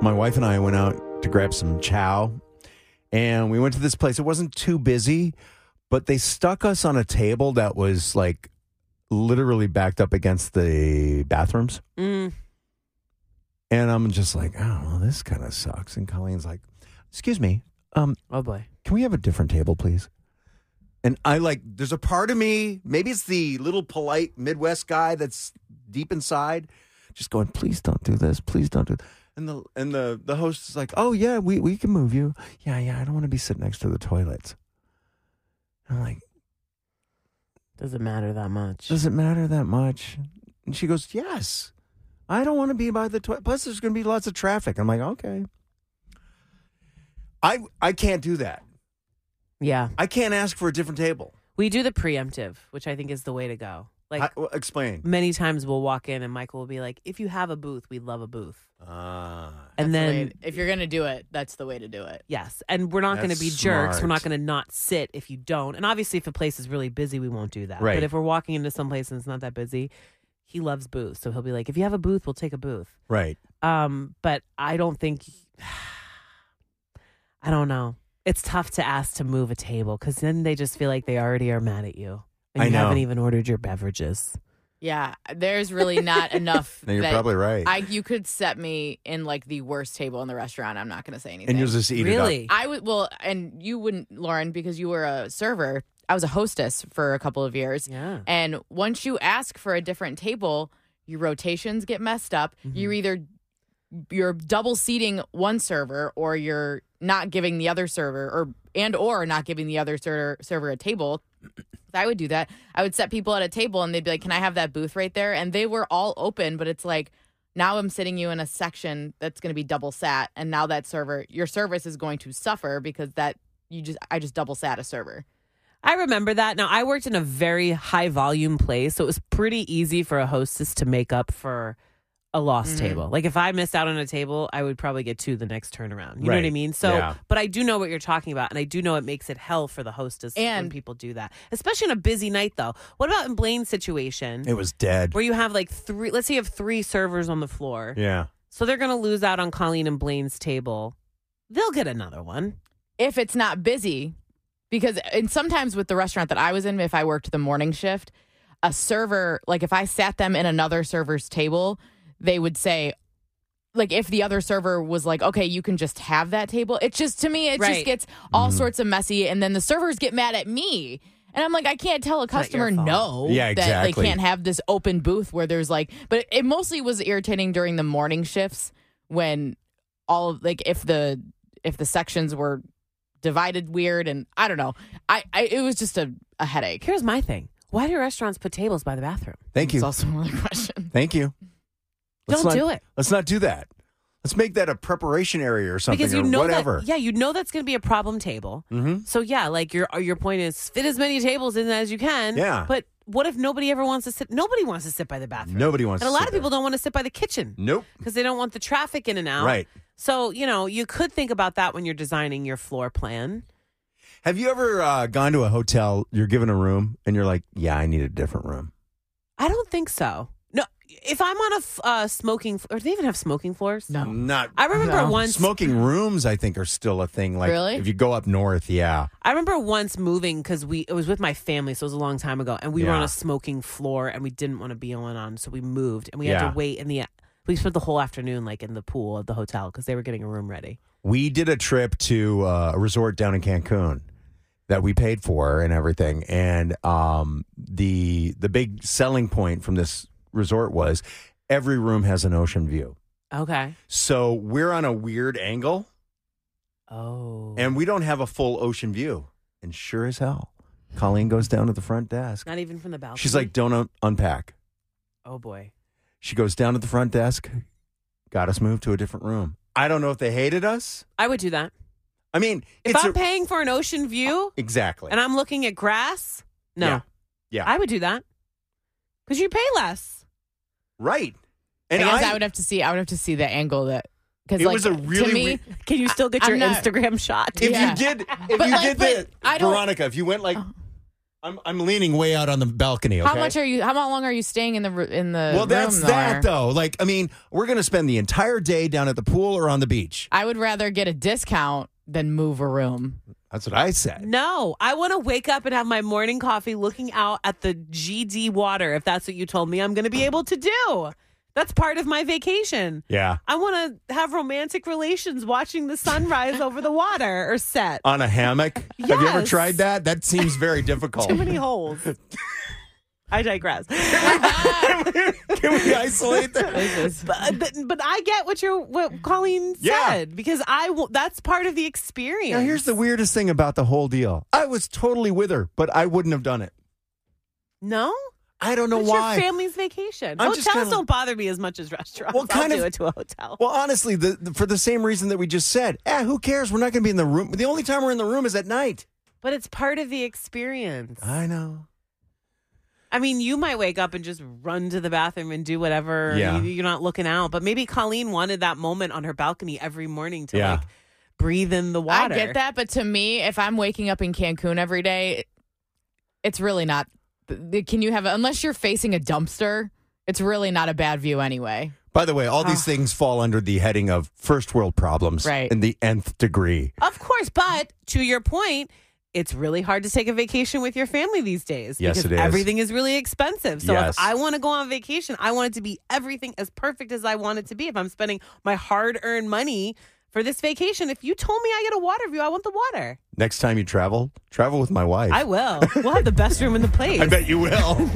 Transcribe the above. my wife and I went out to grab some chow, and we went to this place. It wasn't too busy, but they stuck us on a table that was like literally backed up against the bathrooms. Mm. And I'm just like, oh, well, this kind of sucks. And Colleen's like, excuse me, um, Oh boy. can we have a different table, please? And I like, there's a part of me, maybe it's the little polite Midwest guy that's deep inside, just going, please don't do this, please don't do. Th-. And the and the the host is like, oh yeah, we we can move you. Yeah, yeah, I don't want to be sitting next to the toilets. And I'm like, Doesn't matter that much. does it matter that much? And she goes, yes. I don't want to be by the toilet. Plus, there's going to be lots of traffic. I'm like, okay. I I can't do that. yeah. I can't ask for a different table. We do the preemptive, which I think is the way to go. Like I- well, explain. many times we'll walk in and Michael will be like, if you have a booth, we love a booth. Ah, And That's the then way- if you're gonna do it, that's the way to do it. Yes, and we're not going to That's be jerks. We're smart. not going to not sit if you don't. And obviously, if a place is really busy, we won't do that. Right. But if we're walking into some place and it's not that busy, he loves booths, so he'll be like, "If you have a booth, we'll take a booth." right. Um, but I don't think, I don't know. It's tough to ask to move a table because then they just feel like they already are mad at you, and I you haven't know. even ordered your beverages. Yeah, there's really not enough. No, you're that probably right. I you could set me in like the worst table in the restaurant. I'm not gonna say anything. and you'll just eat it really? I would well, and you wouldn't, Lauren, because you were a server. I was a hostess for a couple of years, yeah. and once you ask for a different table, your rotations get messed up. You're either you're double seating one server, or you're not giving the other server, or and or not giving the other server server a table. If I would do that. I would set people at a table, and they'd be like, "Can I have that booth right there?" And they were all open, but it's like. Now I'm sitting you in a section that's going to be double sat, and now that server, your service is going to suffer because that you just, I just double sat a server. I remember that. Now, I worked in a very high volume place, so it was pretty easy for a hostess to make up for a lost Mm-hmm. Mhm. table. Like if I missed out on a table, I would probably get two the next turnaround. You know what I Right. mean? So, Yeah. but I do know what you're talking about, and I do know it makes it hell for the hostess when And- people do that, especially on a busy night. Though, what about in Blaine's situation? It was dead. where you have like three, let's say you have three servers on the floor. Yeah. So they're going to lose out on Colleen and Blaine's table. They'll get another one. if it's not busy because and sometimes with the restaurant that I was in if I worked the morning shift a server like if I sat them in another server's table they would say like if the other server was like okay you can just have that table it's just to me it Right. just gets all Mm-hmm. sorts of messy and then the servers get mad at me and I'm like I can't tell a not your customer fault. no Yeah, that they exactly. can't have this open booth where there's like but it mostly was irritating during the morning shifts when all of like if the if the sections were divided weird and I don't know. I, I it was just a, a headache. Here's my thing. Why do restaurants put tables by the bathroom? Thank you. It's also another question. Thank you. Don't not, do it. Let's not do that. Let's make that a preparation area or something because you or know whatever. that yeah you know that's going to be a problem table Mhm. so yeah like your your point is fit as many tables in as you can Yeah. but what if nobody ever wants to sit nobody wants to sit by the bathroom Nobody wants and a to lot sit of people don't want to sit by the kitchen Nope. because they don't want the traffic in and out Right. so you know you could think about that when you're designing your floor plan Have you ever uh, gone to a hotel, you're given a room, and you're like, yeah, I need a different room? i don't think so no if i'm on a f- uh, smoking f- or do they even have smoking floors No. Not. Oh. i remember No. once Smoking rooms, I think, are still a thing. Like, Really? if you go up north, yeah. I remember once moving because we it was with my family, so it was a long time ago, and we were on Yeah. a smoking floor, and we didn't want to be on on, so we moved, and we had Yeah. to wait in the. We spent the whole afternoon like in the pool at the hotel because they were getting a room ready. We did a trip to uh, a resort down in Cancun that we paid for and everything. And um, the the big selling point from this resort was every room has an ocean view. Okay. So we're on a weird angle, Oh. and we don't have a full ocean view. And sure as hell, Colleen goes down to the front desk. not even from the balcony. She's like, "Don't un- unpack." oh boy. She goes down to the front desk, got us moved to a different room. I don't know if they hated us. I would do that I mean, if it's I'm a- paying for an ocean view exactly. and I'm looking at grass. No, Yeah. Yeah. I would do that because you pay less. Right. I guess I, would have to see I would have to see the angle that because It like, was a to really me weird- Can you still get I'm your not- Instagram shot? if Yeah. you did, if But you like, did but the I don't- Oh. Veronica, if you went like I'm I'm leaning way out on the balcony. Okay? How much are you? How long are you staying in the r- in the well, room that's that there? though. Like, I mean, we're gonna spend the entire day down at the pool or on the beach. I would rather get a discount than move a room. That's what I said. No, I want to wake up and have my morning coffee looking out at the GD water if that's what you told me I'm going to be able to do. That's part of my vacation. Yeah, I want to have romantic relations watching the sunrise over the water or set. on a hammock. Have you ever Yes. tried that? That seems very difficult. Too many holes. I digress. Can we isolate that? This is- But, but, but I get what you're what Colleen Yeah. said because I w- that's part of the experience. Now, here's the weirdest thing about the whole deal. I was totally with her, but I wouldn't have done it. no. I don't know It's why. your family's vacation. I'm Hotels just kinda- don't bother me as much as restaurants. Well, kind of- I'll do it to a hotel. Well, honestly, the, the- for the same reason that we just said, eh, who cares? We're not going to be in the room. The only time we're in the room is at night. But it's part of the experience. I know. I mean, you might wake up and just run to the bathroom and do whatever. Yeah. You- You're not looking out. But maybe Colleen wanted that moment on her balcony every morning to Yeah. like breathe in the I water. get that, but to me, if I'm waking up in Cancun every day, it's really not. Can you have unless you're facing a dumpster? It's really not a bad view anyway. By the way, all these things fall under the heading of first world problems Right. in the nth degree. Of course. But to your point, it's really hard to take a vacation with your family these days. Yes, because it is. Everything is really expensive. So Yes. if I want to go on vacation, I want it to be everything as perfect as I want it to be. If I'm spending my hard earned money for this vacation, if you told me I get a water view, I want the water. Next time you travel, travel with my wife. I will. We'll have the best room in the place. I bet you will.